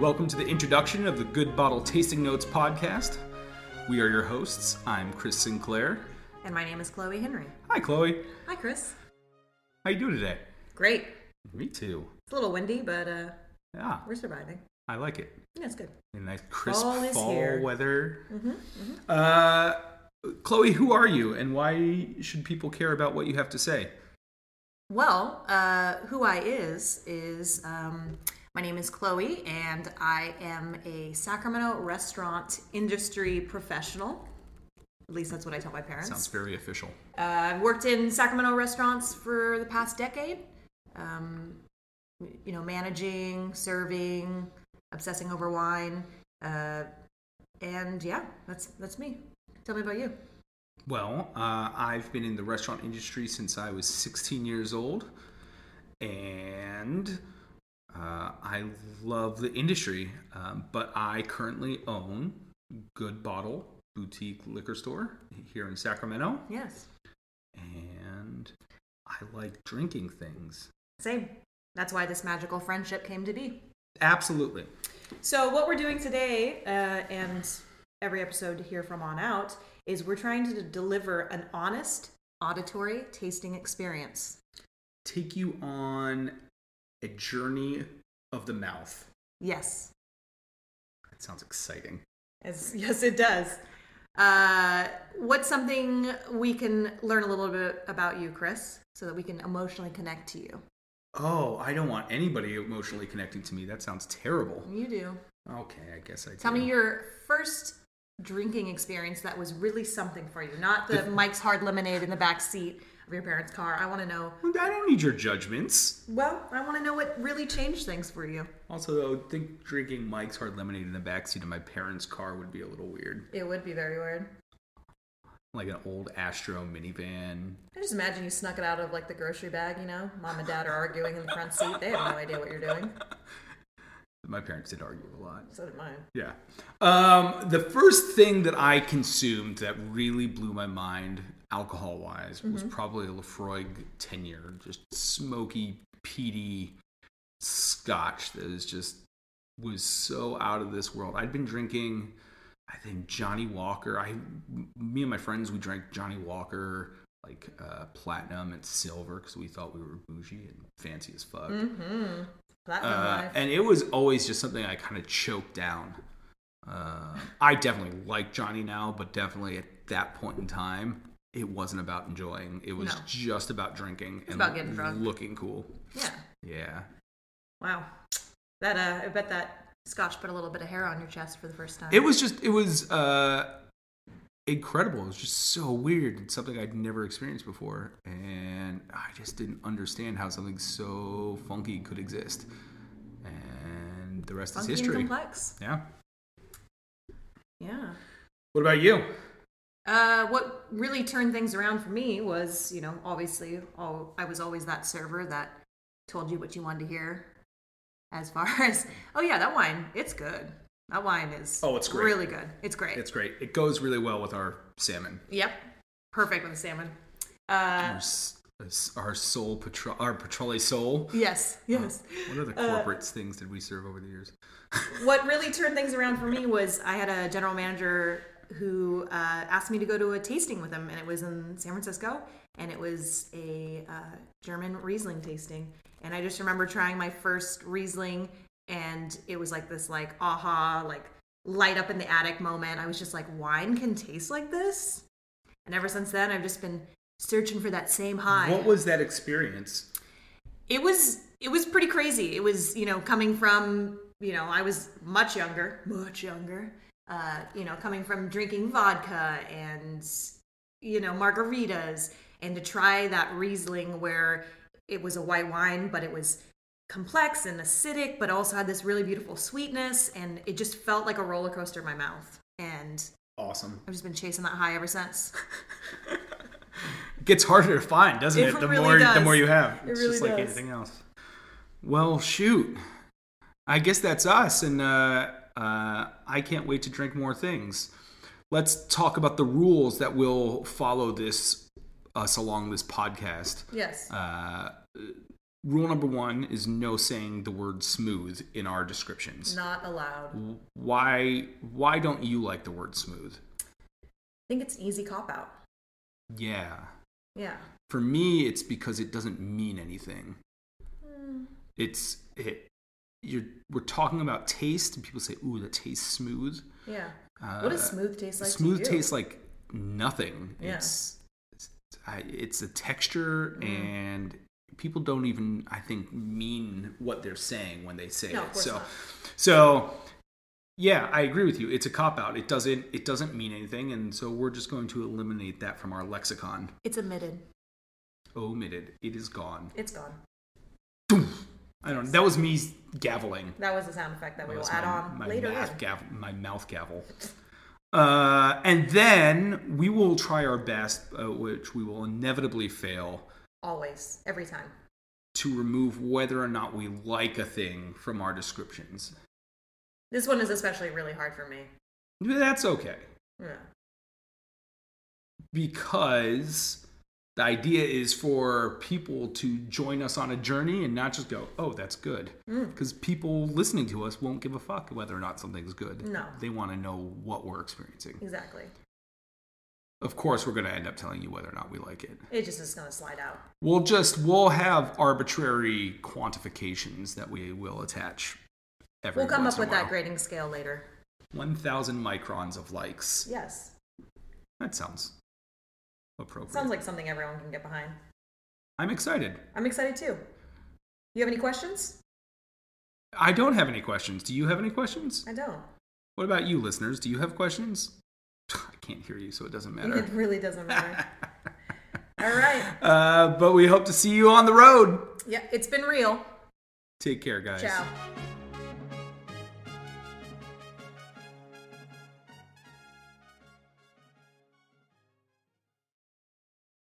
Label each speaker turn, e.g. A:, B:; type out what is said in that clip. A: Welcome to the introduction of the Good Bottle Tasting Notes podcast. We are your hosts. I'm Chris Sinclair.
B: And my name is Chloe Henry.
A: Hi, Chloe.
B: Hi, Chris.
A: How you doing today?
B: Great.
A: Me too.
B: It's a little windy, but uh,
A: Yeah,
B: we're surviving.
A: I like it.
B: Yeah, it's good.
A: A nice crisp
B: Fall is
A: fall
B: here. Mm-hmm,
A: weather. Uh, Chloe, who are you, and why should people care about what you have to say?
B: Well, uh, who I is is um, my name is Chloe, and I am a Sacramento restaurant industry professional. At least that's what I tell my parents.
A: Sounds very official.
B: Uh, I've worked in Sacramento restaurants for the past decade. Um, you know, managing, serving, obsessing over wine, uh, and yeah, that's that's me. Tell me about you.
A: Well, uh, I've been in the restaurant industry since I was 16 years old, and uh, I love the industry. Um, but I currently own Good Bottle Boutique Liquor Store here in Sacramento,
B: Yes,
A: and I like drinking things.
B: same. That's why this magical friendship came to be.
A: Absolutely.
B: So, what we're doing today uh, and every episode here from on out is we're trying to deliver an honest auditory tasting experience.
A: Take you on a journey of the mouth.
B: Yes,
A: That sounds exciting.
B: As, yes, it does. Uh, what's something we can learn a little bit about you, Chris, so that we can emotionally connect to you?
A: Oh, I don't want anybody emotionally connecting to me. That sounds terrible.
B: You do.
A: Okay, I guess I
B: Tell
A: do.
B: me your first drinking experience that was really something for you, not the Mike's Hard Lemonade in the back seat of your parents' car. I want to know.
A: I don't need your judgments.
B: Well, I want to know what really changed things for you.
A: Also, I would think drinking Mike's hard lemonade in the backseat of my parents' car would be a little weird.
B: It would be very weird.
A: Like an old Astro minivan.
B: I just imagine you snuck it out of like the grocery bag. You know, mom and dad are arguing in the front seat. They have no idea what you're doing.
A: My parents did argue a lot.
B: So did mine.
A: Yeah. Um, the first thing that I consumed that really blew my mind, alcohol wise, was probably a Lefroy 10 year, just smoky, peaty scotch that is just was so out of this world. I'd been drinking, I think, Johnny Walker. I, me and my friends, we drank Johnny Walker. Like uh, platinum and silver because we thought we were bougie and fancy as fuck.
B: Mm-hmm. Platinum
A: Uh,
B: life.
A: and it was always just something I kind of choked down. Uh, I definitely like Johnny now, but definitely at that point in time, it wasn't about enjoying. It was
B: No.
A: just about drinking and
B: about getting drunk.
A: looking cool.
B: Yeah.
A: Yeah,
B: Wow. That uh, I bet that scotch put a little bit of hair on your chest for the first time.
A: it was just it was uh, incredible. It was just so weird and something I'd never experienced before, and I just didn't understand how something so funky could exist. And the rest
B: funky
A: is
B: and
A: history.
B: complex.
A: Yeah.
B: Yeah.
A: What about you?
B: Uh, what really turned things around for me was, you know, obviously, all, I was always that server that told you what you wanted to hear. As far as, oh yeah, that wine, it's good. That wine is
A: Oh, it's great.
B: really good. It's great.
A: It's great. It goes really well with our salmon.
B: yep, perfect with the salmon. Uh,
A: Our, s- our soul, patro- our Petrole soul.
B: yes, yes.
A: What other
B: Uh,
A: corporate things did we serve over the years?
B: what really turned things around for me was I had a general manager who uh, asked me to go to a tasting with him, and it was in San Francisco, and it was a uh, German Riesling tasting. And I just remember trying my first Riesling, and it was like this, like aha, like light up in the attic moment. I was just like, wine can taste like this. And ever since then, I've just been searching for that same high
A: What was that experience?
B: it was it was pretty crazy. It was you know coming from you know I was much younger, much younger. Uh, you know coming from drinking vodka and you know margaritas and to try that Riesling where it was a white wine but it was complex and acidic but also had this really beautiful sweetness and it just felt like a roller coaster in my mouth and
A: Awesome.
B: I've just been chasing that high ever since.
A: It gets harder to find, doesn't it?
B: It
A: The
B: really
A: more the
B: does.
A: more you have.
B: It
A: It's just
B: really
A: like
B: does.
A: anything else. Well, shoot. I guess that's us, and uh, uh, I can't wait to drink more things. Let's talk about the rules that will follow this us along this podcast.
B: Yes.
A: uh, Rule number one is no saying the word smooth in our descriptions.
B: Not allowed. I
A: Why why don't you like the word smooth?
B: think it's an easy cop out.
A: Yeah.
B: Yeah.
A: For me it's because it doesn't mean anything.
B: Mm,
A: It's it you're we're talking about taste and people say, ooh, that tastes smooth.
B: yeah.
A: Uh,
B: What does smooth taste like? to
A: smooth
B: you?
A: tastes like nothing.
B: Yeah.
A: It's it's, I, it's a texture,
B: Mm-hmm.
A: and people don't even I think mean what they're saying when they say
B: No, of
A: it.
B: course
A: So,
B: not.
A: so yeah, I agree with you. It's a cop out. It doesn't it doesn't mean anything, and so we're just going to eliminate that from our lexicon.
B: It's omitted.
A: Omitted. It is gone.
B: It's gone.
A: I don't. That was me gaveling.
B: That was the sound effect that we
A: That was
B: will add
A: my-
B: on
A: my
B: later.
A: Mouth
B: in.
A: gavel, my mouth gavel. Uh, and then we will try our best, uh, which we will inevitably fail,
B: Always. Every time.
A: to remove whether or not we like a thing from our descriptions.
B: This one is especially really hard for me.
A: That's okay.
B: Yeah.
A: Because the idea is for people to join us on a journey and not just go, oh, that's good.
B: Mm.
A: Because people listening to us won't give a fuck whether or not something's good.
B: No.
A: They want to know what we're experiencing.
B: Exactly.
A: Of course, we're going to end up telling you whether or not we like it.
B: It just is going to slide out.
A: We'll just we'll have arbitrary quantifications that we will attach. Every
B: We'll come
A: once
B: up
A: in a
B: with that
A: while.
B: grading scale later.
A: One thousand microns of likes.
B: Yes.
A: That sounds appropriate.
B: Sounds like something everyone can get behind.
A: I'm excited.
B: I'm excited too. You have any questions?
A: I don't have any questions. Do you have any questions?
B: I don't.
A: What about you, listeners? Do you have questions? I can't hear you, so it doesn't matter.
B: It really doesn't matter. All right.
A: Uh, but we hope to see you on the road.
B: Yeah, it's been real.
A: Take care, guys.
B: Ciao.